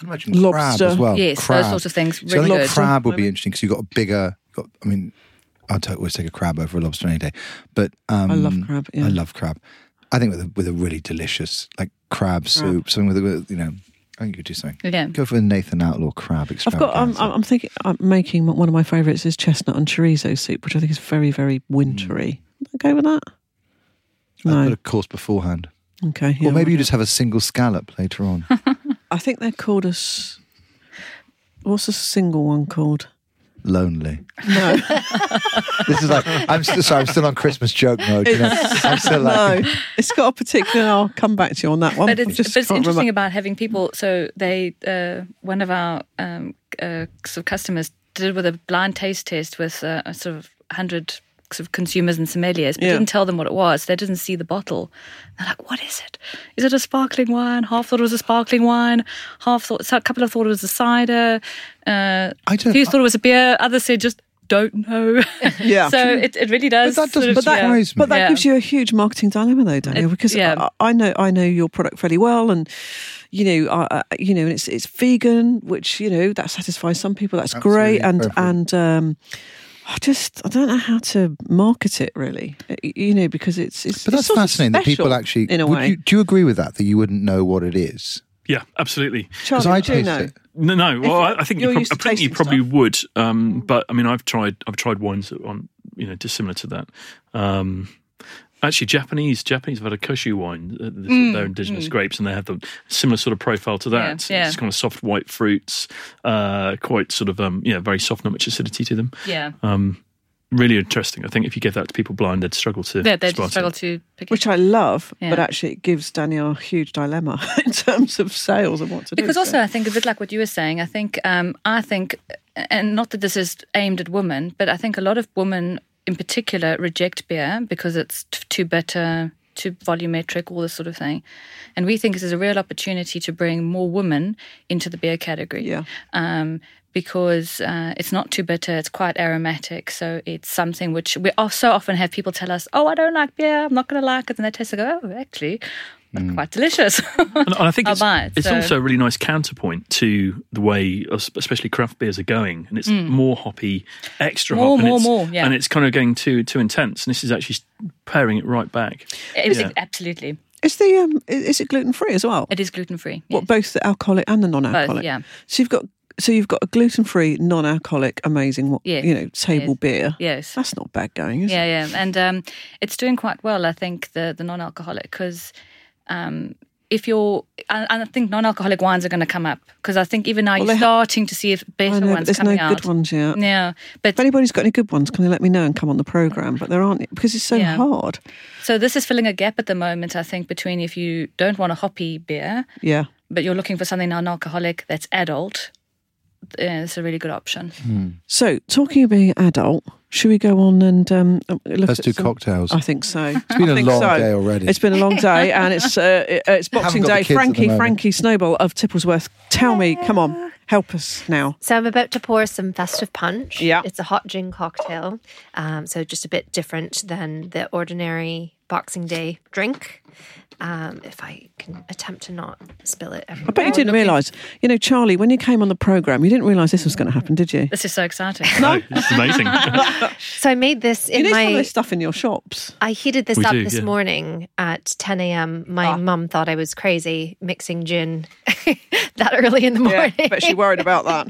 Can you imagine Lobster. crab as well. Yes, those crab. sorts of things, So I really think good. crab would be interesting because you've got a bigger. Got, I mean, I'd ta- always take a crab over a lobster any day, but um, I love crab, yeah. I love crab. I think with a, with a really delicious like crab soup, something with a with, you know. I think you could do something. Yeah. Go for a Nathan Outlaw crab I've got. um, I'm, extravaganza. I'm I'm thinking. I'm making one of my favourites is chestnut and chorizo soup, which I think is very very Mm. wintry. Okay with that? I've got No. a course beforehand. Okay. yeah, or maybe well, you just have a single scallop later on. I think they're called us. What's the single one called? lonely. No. this is like I'm still sorry, I'm still on Christmas joke mode. You know? I'm still like no, it's got a particular. I'll come back to you on that Oh, one. But I it's, just but it's can't interesting remember. about having people. So they, uh, one of our um, uh, sort of customers did with a blind taste test with uh, a sort of hundred sort of consumers and sommeliers, but Yeah. didn't tell them what it was. They didn't see the bottle. They're like, "What is it? Is it a sparkling wine?" Half thought it was a sparkling wine. Half thought, so a couple of thought it was a cider. Uh, I don't- A few thought it was a beer. Others said just don't know. Yeah. so it, it really does. that sort doesn't of- But that- surprise me. But that Yeah. gives you a huge marketing dilemma, though, Daniel, It- because yeah. I, I know I know your product fairly well, and you know, I, I- you know, and it's it's vegan, which you know that satisfies some people. That's great, Absolutely, and perfect. and um, I just I don't know how to market it really, y- you know, because it's it's. But that's it's sort of fascinating that people special actually in a would way. You, do you agree with that that you wouldn't know what it is? Yeah, absolutely. Charlie, I Oh, do you taste know? it. No, no. Well, I, I think you you're prob- used to I think you tasting probably stuff. would. Um, but I mean, I've tried. I've tried wines that on you know dissimilar to that. Um, actually, Japanese Japanese have had a koshu wine. Uh, this- they're indigenous grapes, and they have the similar sort of profile to that. Yeah, It's yeah. kind of soft white fruits, uh, quite sort of um, yeah, very soft, not much acidity to them. yeah. Um, really interesting. I think if you gave that to people blind, they'd struggle to. yeah, they spot just it. struggle to pick it Which I love, but Yeah. actually it gives Daniel a huge dilemma in terms of sales and what to do. Because so. also, I think a bit like what you were saying, I think um, I think, and not that this is aimed at women, but I think a lot of women in particular reject beer because it's t- too bitter, to volumetric, all this sort of thing. And we think this is a real opportunity to bring more women into the beer category. Yeah. Um, because uh, it's not too bitter, it's quite aromatic. So it's something which we al- so often have people tell us, oh, I don't like beer, I'm not going to like it. And they taste it, go, oh, actually, that's quite delicious. And I think Oh, I'll it's, buy it, it's so- also a really nice counterpoint to the way, es- especially craft beers are going, and Mm. it's more hoppy, extra More, hop, and more, it's, more, yeah. and it's kind of going too too intense. And this is actually pairing it right back. It- Yeah. Absolutely. Is the um, i- is it gluten free as well? It is gluten free. What both the alcoholic and the non-alcoholic? Both, yeah. So you've got so you've got a gluten-free, non-alcoholic, amazing, what Yeah. you know, table Yes. beer. Yes. That's not bad going, is it? yeah, yeah, and um, it's doing quite well. I think the the non-alcoholic because um, if you're, and and I think non-alcoholic wines are going to come up because I think even now they you're ha- starting to see if I better know, but ones there's no coming out. good ones yet. Yeah, but If anybody's got any good ones, can they let me know and come on the program? But there aren't because it's so Yeah. hard. so this is filling a gap at the moment. I think between if you don't want a hoppy beer, Yeah. but you're looking for something non-alcoholic that's adult, yeah, it's a really good option. Hmm. So talking of being adult, should we go on and um, look Let's at do some- Oh, cocktails. I think so. It's been a a long day already. It's been a long day, and it's uh, it- uh, it's Boxing got the Day. kids at the Frankie, moment. Frankie Snowball of Tipplesworth, tell me, come on, help us now. So I'm about to pour some festive punch. Yeah. It's a hot gin cocktail. Um, so just a bit different than the ordinary Boxing Day drink. Um, if I can attempt to not spill it I bet everywhere. you didn't realise. You know, Charlie, when you came on the program, you didn't realise this was going to happen, did you? This is so exciting. No, it's amazing. Oh, So I made this You in know some of my this stuff in your shops. I heated this We up do, this yeah. morning at 10 a.m. My Ah. mum thought I was crazy mixing gin that early in the Yeah, morning. but she worried about that.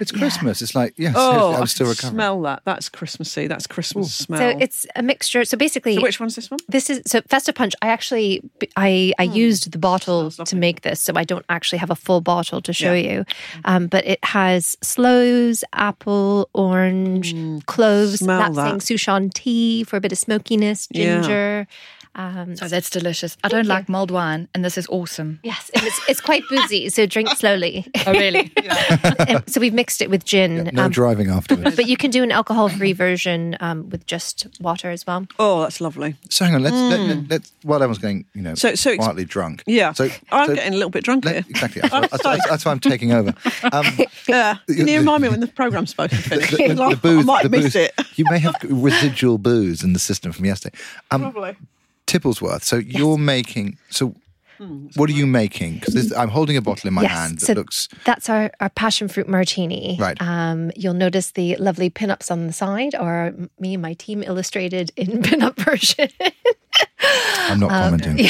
it's Christmas. It's like, yes, Oh, I'm I still can recovering. smell that. That's Christmassy. That's Christmas smell. so it's a mixture. So basically, So which one's this one? this is so festive punch. I actually I I Hmm. used the bottle to make this, so I don't actually have a full bottle to show you. Um, but it has sloes, apple, orange, cloves, Hmm. smell that's that. saying Sushan tea for a bit of smokiness, Yeah. ginger. Um, Oh, that's delicious. I don't like mulled wine, and this is awesome. yes, and it's, it's quite boozy, so drink slowly. Oh, really? Um, so we've mixed it with gin. No um, driving afterwards. but you can do an alcohol-free version um, with just water as well. Oh, that's lovely. so hang on, let's, let, let, let's while everyone's getting, you know, Mm. So- so ex- quietly drunk. Yeah. So I'm so getting a little bit drunk let- here. exactly. That's, why- that's, that's- that's why I'm taking over. Um, Yeah. Can you the- remind me when the program's supposed to finish? the, the- the Like, I booze, might the miss booze- it. You may have residual booze in the system from yesterday. Um, Probably. Tipplesworth. So you're making. So what are you making? Because I'm holding a bottle in my hand that so looks. That's our, our passion fruit martini. Right. Um, you'll notice the lovely pinups on the side are me and my team illustrated in pinup version. I'm not commenting.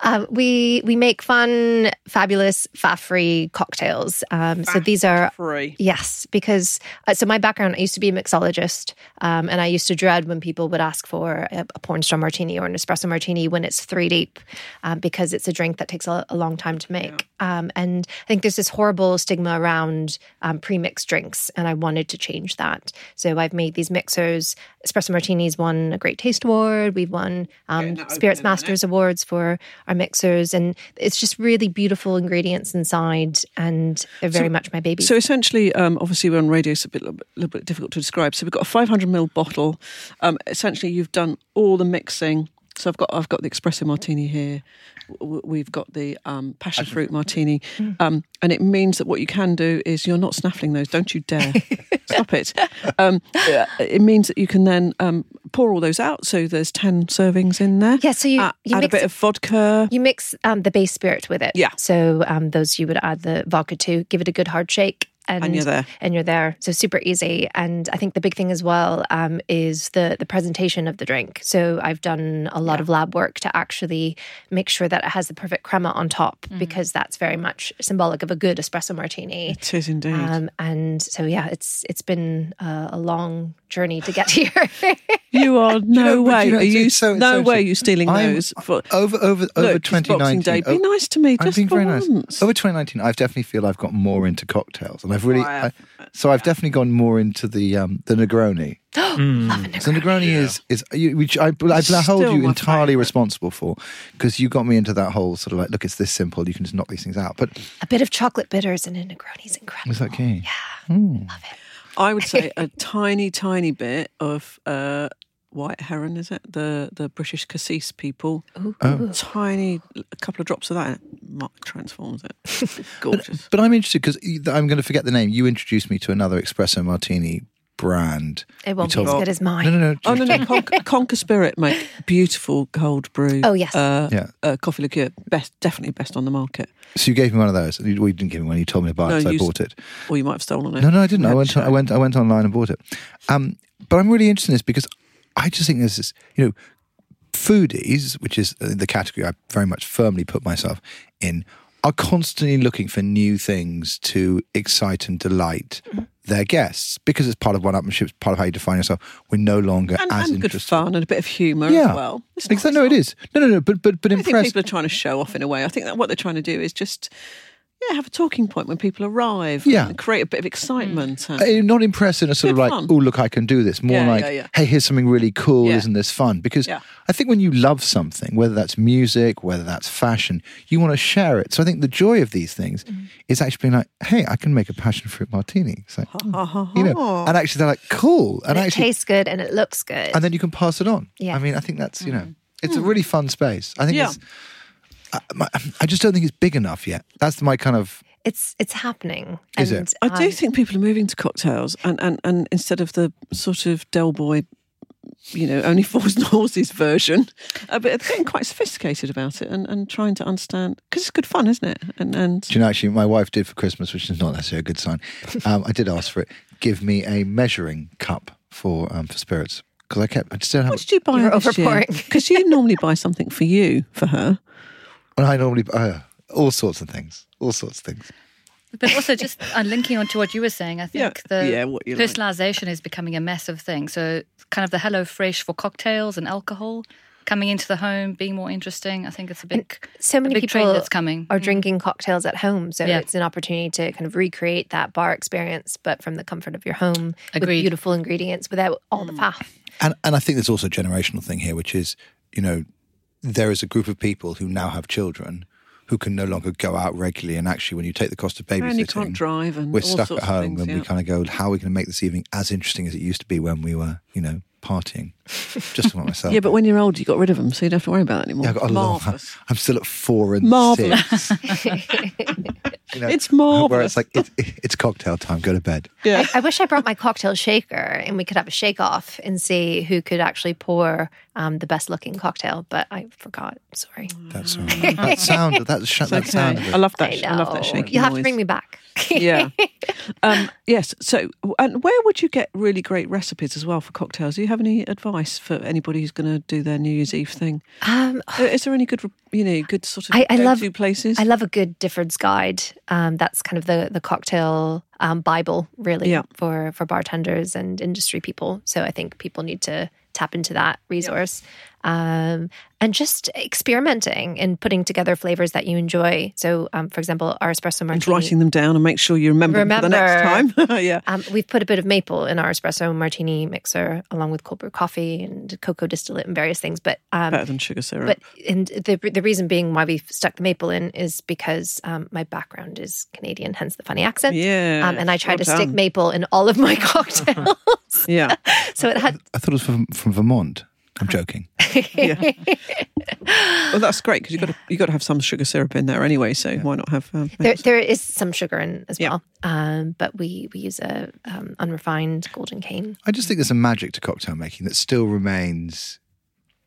um, we we make fun, fabulous, faff-free cocktails. Um, so these are Free. Yes, because uh, so my background, I used to be a mixologist, um, and I used to dread when people would ask for a, a porn star martini or an espresso martini when it's three deep, um, because it's a drink that takes a, a long time to make. Um, and I think there's this horrible stigma around um, pre-mixed drinks, and I wanted to change that. So I've made these mixers. Espresso martinis won a Great Taste Award. We've won um, Spirits Masters Awards for our mixers, and it's just really beautiful ingredients inside, and they're very much my baby. So essentially, um, obviously, we're on radio, so a bit, little, bit, little bit difficult to describe. So we've got a 500 ml bottle. Um, essentially, you've done all the mixing. So I've got I've got the espresso martini here. W- We've got the um, passion fruit martini, um, and it means that what you can do is you're not snaffling those. Don't you dare stop it. Um, it means that you can then um, pour all those out. So there's ten servings in there. Yeah, so you- add, you add a mix bit it- of vodka. You mix um, the base spirit with it. Yeah. So um, those you would add the vodka to, give it a good hard shake. And, And you're there. And you're there. So super easy. And I think the big thing as well um, is the the presentation of the drink. So I've done a lot of lab work to actually make sure that it has the perfect crema on top Mm-hmm. because that's very much symbolic of a good espresso martini. It is indeed. Um, and so yeah, it's it's been uh, a long journey to get here. You are no know, but way. you know, are it's- you it's so- it's no so way? true. You stealing I'm- those for Over over over Look, it's 2019. Boxing Day. Be oh, nice to me, I'm just being for very once. nice. Oh. Over 2019, I've definitely feel I've got more into cocktails, and I've really I, so I've definitely gone more into the um, the Negroni. So Negroni is is you- which I, I hold Still you my entirely favourite. responsible for because you got me into that whole sort of like look, it's this simple, you can just knock these things out. But a bit of chocolate bitters and a Negroni is incredible. it's okay. I would say a tiny, tiny bit of uh, white heron, is it? The the British cassis people. Oh. Tiny, a couple of drops of that, and it mu- transforms it. Gorgeous. But uh, I'm interested because I'm going to forget the name. You introduced me to another espresso martini brand. It won't You be as told- good as mine. No, no, no. Oh no no! Con- Conquer Spirit make beautiful cold brew. Oh, yes. uh, Yeah. uh, coffee liqueur. Best, definitely best on the market. So you gave me one of those. You- Well, you didn't give me one. You told me to buy No, it, so I you s- bought it. Or you might have stolen it. No, no, I didn't. I Had went, shown. I went, I went online and bought it. Um, but I'm really interested in this because I just think there's this, you know, foodies, which is uh, the category I very much firmly put myself in, are constantly looking for new things to excite and delight Mm-hmm. their guests because it's part of one-upmanship, it's part of how you define yourself. We're no longer and, as and good interested. fun and a bit of humour as well. It's not- Exactly. it's no, not- it is. No, no, no. But but but I think impressed. people are trying to show off in a way. I think that what they're trying to do is just yeah have a talking point when people arrive. Yeah. and create a bit of excitement. and- Uh, not impressed in a sort of Good like, fun. oh look, I can do this. More Yeah, like, yeah, yeah. hey, here's something really cool. Yeah. Isn't this fun? Because Yeah. I think when you love something, whether that's music, whether that's fashion, you want to share it. So I think the joy of these things Mm-hmm. is actually being like, hey, I can make a passion fruit martini. It's like, oh, you know, and actually they're like, cool, and And it actually, tastes good and it looks good. and then you can pass it on. Yeah. I mean, I think that's you know, it's a really fun space. I think Mm-hmm. Hmm. Yeah. it's. I, my, I just don't think it's big enough yet. That's my kind of it's it's happening. Is it? and, I do um, think people are moving to cocktails, and, and, and instead of the sort of Del Boy, you know, only fours and horses version, uh, but they're getting quite sophisticated about it and, and trying to understand because it's good fun, isn't it? And and Do you know, actually, my wife did for Christmas, which is not necessarily a good sign. Um, I did ask for it. Give me a measuring cup for um, for spirits because I kept. I just don't have. what did you buy? You're her this year? overpouring. Because you normally buy something for you for her. and I normally uh, all sorts of things. All sorts of things. But also, just uh, linking on to what you were saying, I Yeah. think the Yeah, what you like. personalization is becoming a massive thing. So, kind of the Hello Fresh for cocktails and alcohol coming into the home, being more interesting. I think it's a big, so many a big people trend that's coming. are drinking cocktails at home. So Yeah. it's an opportunity to kind of recreate that bar experience, but from the comfort of your home with Agreed. beautiful ingredients without all the Mm. faff. And and I think there's also a generational thing here, which is you know there is a group of people who now have children who can no longer go out regularly. And actually, when you take the cost of babysitting, And you can't drive, and we're all stuck sorts at of home, things, and we yeah. kind of go, how are we going to make this evening as interesting as it used to be when we were, you know, partying? Just about myself. Yeah, but when you're old, you got rid of them, so you don't have to worry about it anymore. Yeah, I've got a long- Marvellous. I'm still at four and Marvellous. six. You know, It's Where marvellous. it's like it's, it's cocktail time. Go to bed. Yeah. I wish I brought my cocktail shaker and we could have a shake off and see who could actually pour um, the best looking cocktail, but I forgot. Sorry. Mm. That's all right. that sound. That, sh- that It's sound. okay. of it. I love that. I sh- know. I love that shaking. You'll have to noise. bring me back. yeah. Um, yes. So, and where would you get really great recipes as well for cocktails? Do you have any advice for anybody who's going to do their New Year's Eve thing? Um, Uh, Is there any good, you know, good sort of I- I love- go-to places? I love a good difference guide. Um, that's kind of the the cocktail um, bible, really, Yeah. for for bartenders and industry people. So I think people need to tap into that resource, um, and just experimenting and putting together flavors that you enjoy. So, um, for example, our espresso martini. and writing them down and make sure you remember, them for the next Remember. time. yeah. Um, we've put a bit of maple in our espresso martini mixer, along with cold brew coffee and cocoa distillate and various things. But um, Better than sugar syrup. but and the the reason being why we've stuck the maple in is because um, my background is Canadian, hence the funny accent. Yeah, um, and I try well to stick done. maple in all of my cocktails, yeah. so it had I thought it was from, from Vermont. I'm Oh. joking. Yeah. well, that's great because you got to you got to have some sugar syrup in there anyway. So why not have? Um, there, there is some sugar in as Yeah. well. Um, but we we use a um, unrefined golden cane. I just think there's a magic to cocktail making that still remains.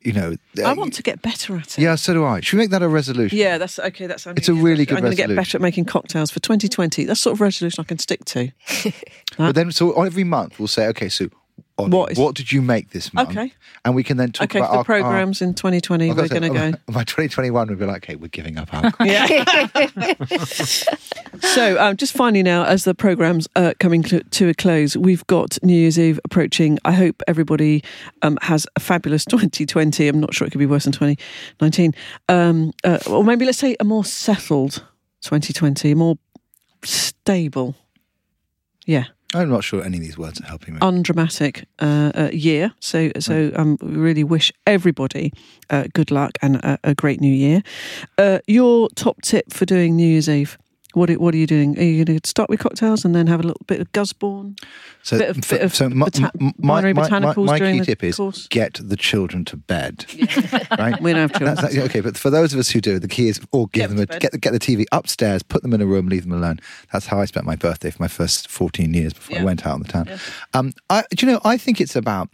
You know. I uh, want to get better at it. Yeah, so do I. Should we make that a resolution? Yeah, that's okay. That's It's a really good I'm going to get resolution. better at making cocktails for 2020. That's sort of resolution I can stick to. But then, so every month we'll say, okay, so Ollie, What what, is- did you make this month? Okay. And we can then talk Okay, about for our the programs in 2020, Our, we're going to go. oh, By 2021, we'll be like, okay, we're giving up alcohol. So, um, just finally now, as the program's uh, coming to, to a close, we've got New Year's Eve approaching. I hope everybody um, has a fabulous 2020. I'm not sure it could be worse than 2019. Um, uh, or maybe let's say a more settled 2020, a more stable. Yeah, I'm not sure any of these words are helping me. undramatic uh, uh, year. So, so um, we really wish everybody uh, good luck and a, a great new year. Uh, your top tip for doing New Year's Eve? What are, what are you doing? Are you going to start with cocktails and then have a little bit of Gusborne? So, Bit of- bit of so my, bota- my- my, winery my- my- botanicals my during key the tip is course. get the children to bed. right? We don't have children. That's, that's- okay, but for those of us who do, the key is or give Get them them a, to bed. get the- get the TV upstairs, put them in a room, leave them alone. That's how I spent my birthday for my first fourteen years before I Yeah. went out on the town. Um, I, do you know? I think it's about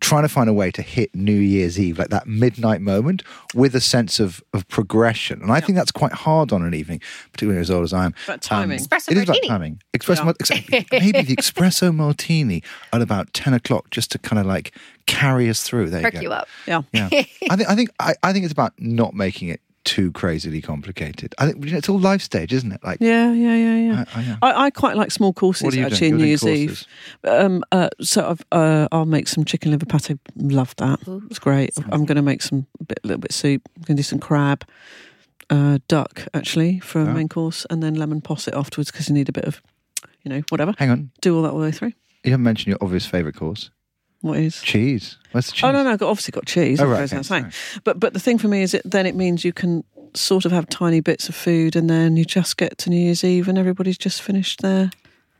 trying to find a way to hit New Year's Eve, like that midnight moment, with a sense of of progression, and I think that's quite hard on an evening, particularly as old as I am. Um, About timing. Espresso it is about martini. timing. Espresso, mar- ex- maybe the espresso martini at about ten o'clock, just to kind of like carry us through. There Perk you go. you up. Yeah. Yeah, I think I think I, I think it's about not making it too crazily complicated. I think you know, it's all life stage, isn't it? Like, Yeah, yeah, yeah, yeah. I- I am. I, I quite like small What courses are you actually doing? in New You're Year's doing Eve. Um, uh, so I've, uh, I'll make some chicken liver pate. Love that. It's great. I'm going to make some bit, little bit soup. I'm going to do some crab, uh, duck actually for a main course, and then lemon posset afterwards because you need a bit of, you know, whatever. hang on, Do all that all the way through. you haven't mentioned your obvious favorite course, What is? cheese. Where's the cheese? Oh no, no, I've got, obviously got cheese. Oh, it right, goes okay, without saying. sorry. But but the thing for me is it then it means you can sort of have tiny bits of food, and then you just get to New Year's Eve, and everybody's just finished their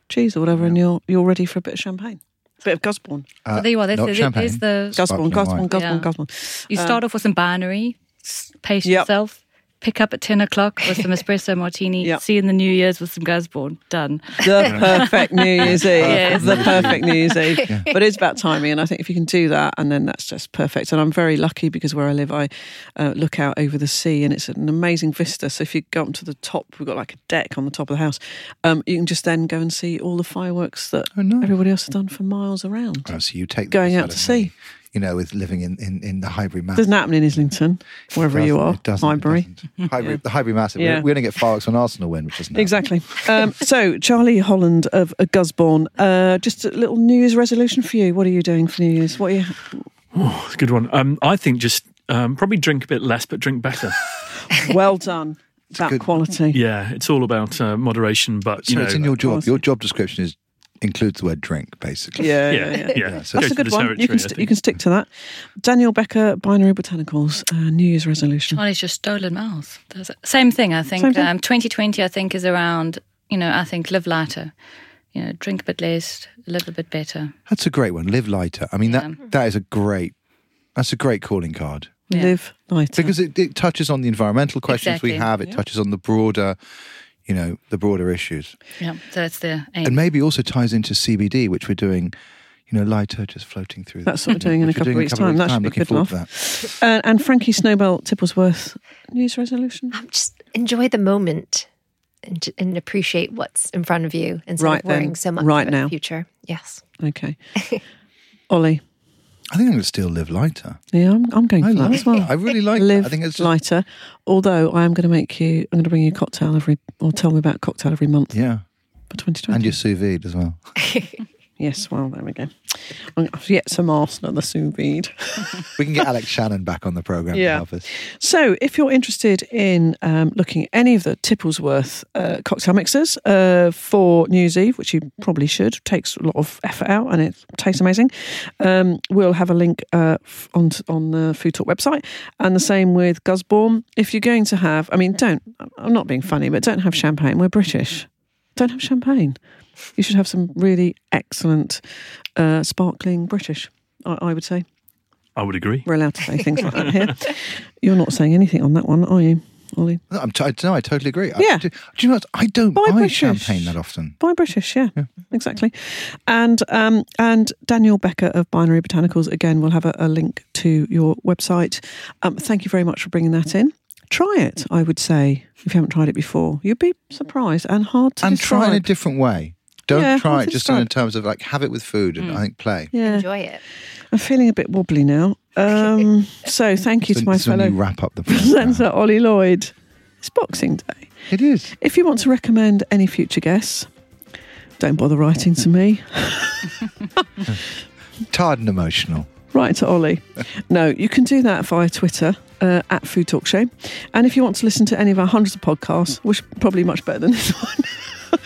cheese or whatever, and you're you're ready for a bit of champagne, bit of Gusborne, Uh, there you are. There's, not there's, champagne. there's the Gusborne, Sparkling Gusborne, wine. Gusborne, Yeah. Gusborne. you start off with some binary, s- pace Um, Yep. yourself, pick up at ten o'clock with some espresso martini, Yep. see you in the New Year's with some Gusborne. Done. The perfect New Year's Eve. Yes. The perfect New Year's Eve. But it's about timing. And I think if you can do that, and then that's just perfect. And I'm very lucky because where I live, I uh, look out over the sea and it's an amazing vista. So if you go up to the top, we've got like a deck on the top of the house, um, you can just then go and see all the fireworks that Oh, nice. everybody else has done for miles around. Oh, so you take the Going piss out to of sea. me, You know, with living in in, in the Highbury Mass. Doesn't happen in Islington, wherever you Doesn't- are, it doesn't, it Highbury. doesn't. Highbury, the Highbury Massive. Yeah. We're, we're going to get fireworks when Arsenal win, which doesn't happen. Exactly. Um, so, Charlie Holland of uh, Gusborne, uh, just a little New Year's resolution for you. What are you doing for New Year's? What are you That's a good one. Um, I think just um, probably drink a bit less, but drink better. Well done. that good- quality. yeah, it's all about uh, moderation, but You you know, know, it's in your job. policy. Your job description is includes the word drink, basically. Yeah, yeah, yeah. so Go That's to a good one. You the territory, I can, st- you think. can stick to that. Daniel Becker, Binary Botanicals, uh, New Year's resolution. Charlie's your stolen mouth. That's it. Same thing, I think. Same thing. Um, 2020, I think, is around, you know, I think live lighter. You know, drink a bit less, live a bit better. That's a great one. Live lighter. I mean, that that is a great. That's a great calling card. Yeah. Live lighter. because it, it touches on the environmental questions we Exactly. have it touches on the broader you know the broader issues Yeah, so that's the aim. and maybe also ties into cbd which we're doing you know lighter just floating through That's what we're doing in a which couple of doing weeks' time. That should be looking good forward to enough. that. Uh, and Frankie Snowbell Tipplesworth, New Year's resolution. Um, just enjoy the moment and, and appreciate what's in front of you instead Right of worrying then, so much right about now. the future. Yes. Okay. Ollie. i think i'm going to still live lighter Yeah, I'm, I'm going i for that like as well. it. i really like Live it i think it's just, lighter. Although I am going to make you, I'm going to bring you a cocktail every, or tell me about a cocktail every month yeah for 2020. and your sous vide as well yes, well, there we go. I'm going to get some arsenal the sous vide. we can get alex shannon back on the program to Yeah. help us So, if you're interested in um, looking at any of the Tipplesworth uh, cocktail mixers uh, for New Year's Eve, which you probably should, takes a lot of effort out and it tastes amazing. Um, we'll have a link uh, f- on on the Food Talk website, and the same with Gusborne. If you're going to have, I mean, don't. I'm not being funny, but don't have champagne. We're British. Don't have champagne. You should have some really excellent, uh, sparkling British. I, I would say. I would agree. We're allowed to say things like that here. You're not saying anything on that one, are you, Ollie? no, I'm t- no i totally agree I- Yeah. do, do you know what i don't Buy buy British. champagne that often By British, yeah, exactly. And um, and Daniel Becker of Binary Botanicals again will have a, a link to your website. Um, thank you very much for bringing that in. Try it, I would say, if you haven't tried it before, you'd be surprised and hard to and try describe. in a different way don't Yeah, Mm. try hard it to just in describe. terms of like have it with food and i think play yeah, Enjoy it. I'm feeling a bit wobbly now. Um, so thank you to So- my so when fellow you wrap up the program. presenter Ollie Lloyd. It's Boxing Day. It is. If you want to recommend any future guests, don't bother writing to me. Tired and emotional. Write to Ollie. No, you can do that via Twitter uh, at Food Talk Show. And if you want to listen to any of our hundreds of podcasts, which are probably much better than this one,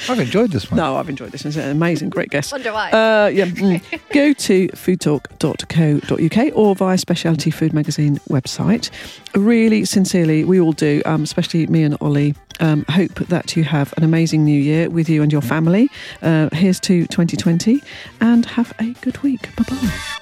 I've enjoyed this one. No, I've enjoyed this. It's an amazing, great guest. Wonder why. Uh, yeah. mm. Go to foodtalk.co.uk or via Specialty Food Magazine website. Really, sincerely, we all do, um, especially me and Ollie. Um, hope that you have an amazing new year with you and your family. Uh, here's to 2020 and have a good week. Bye bye.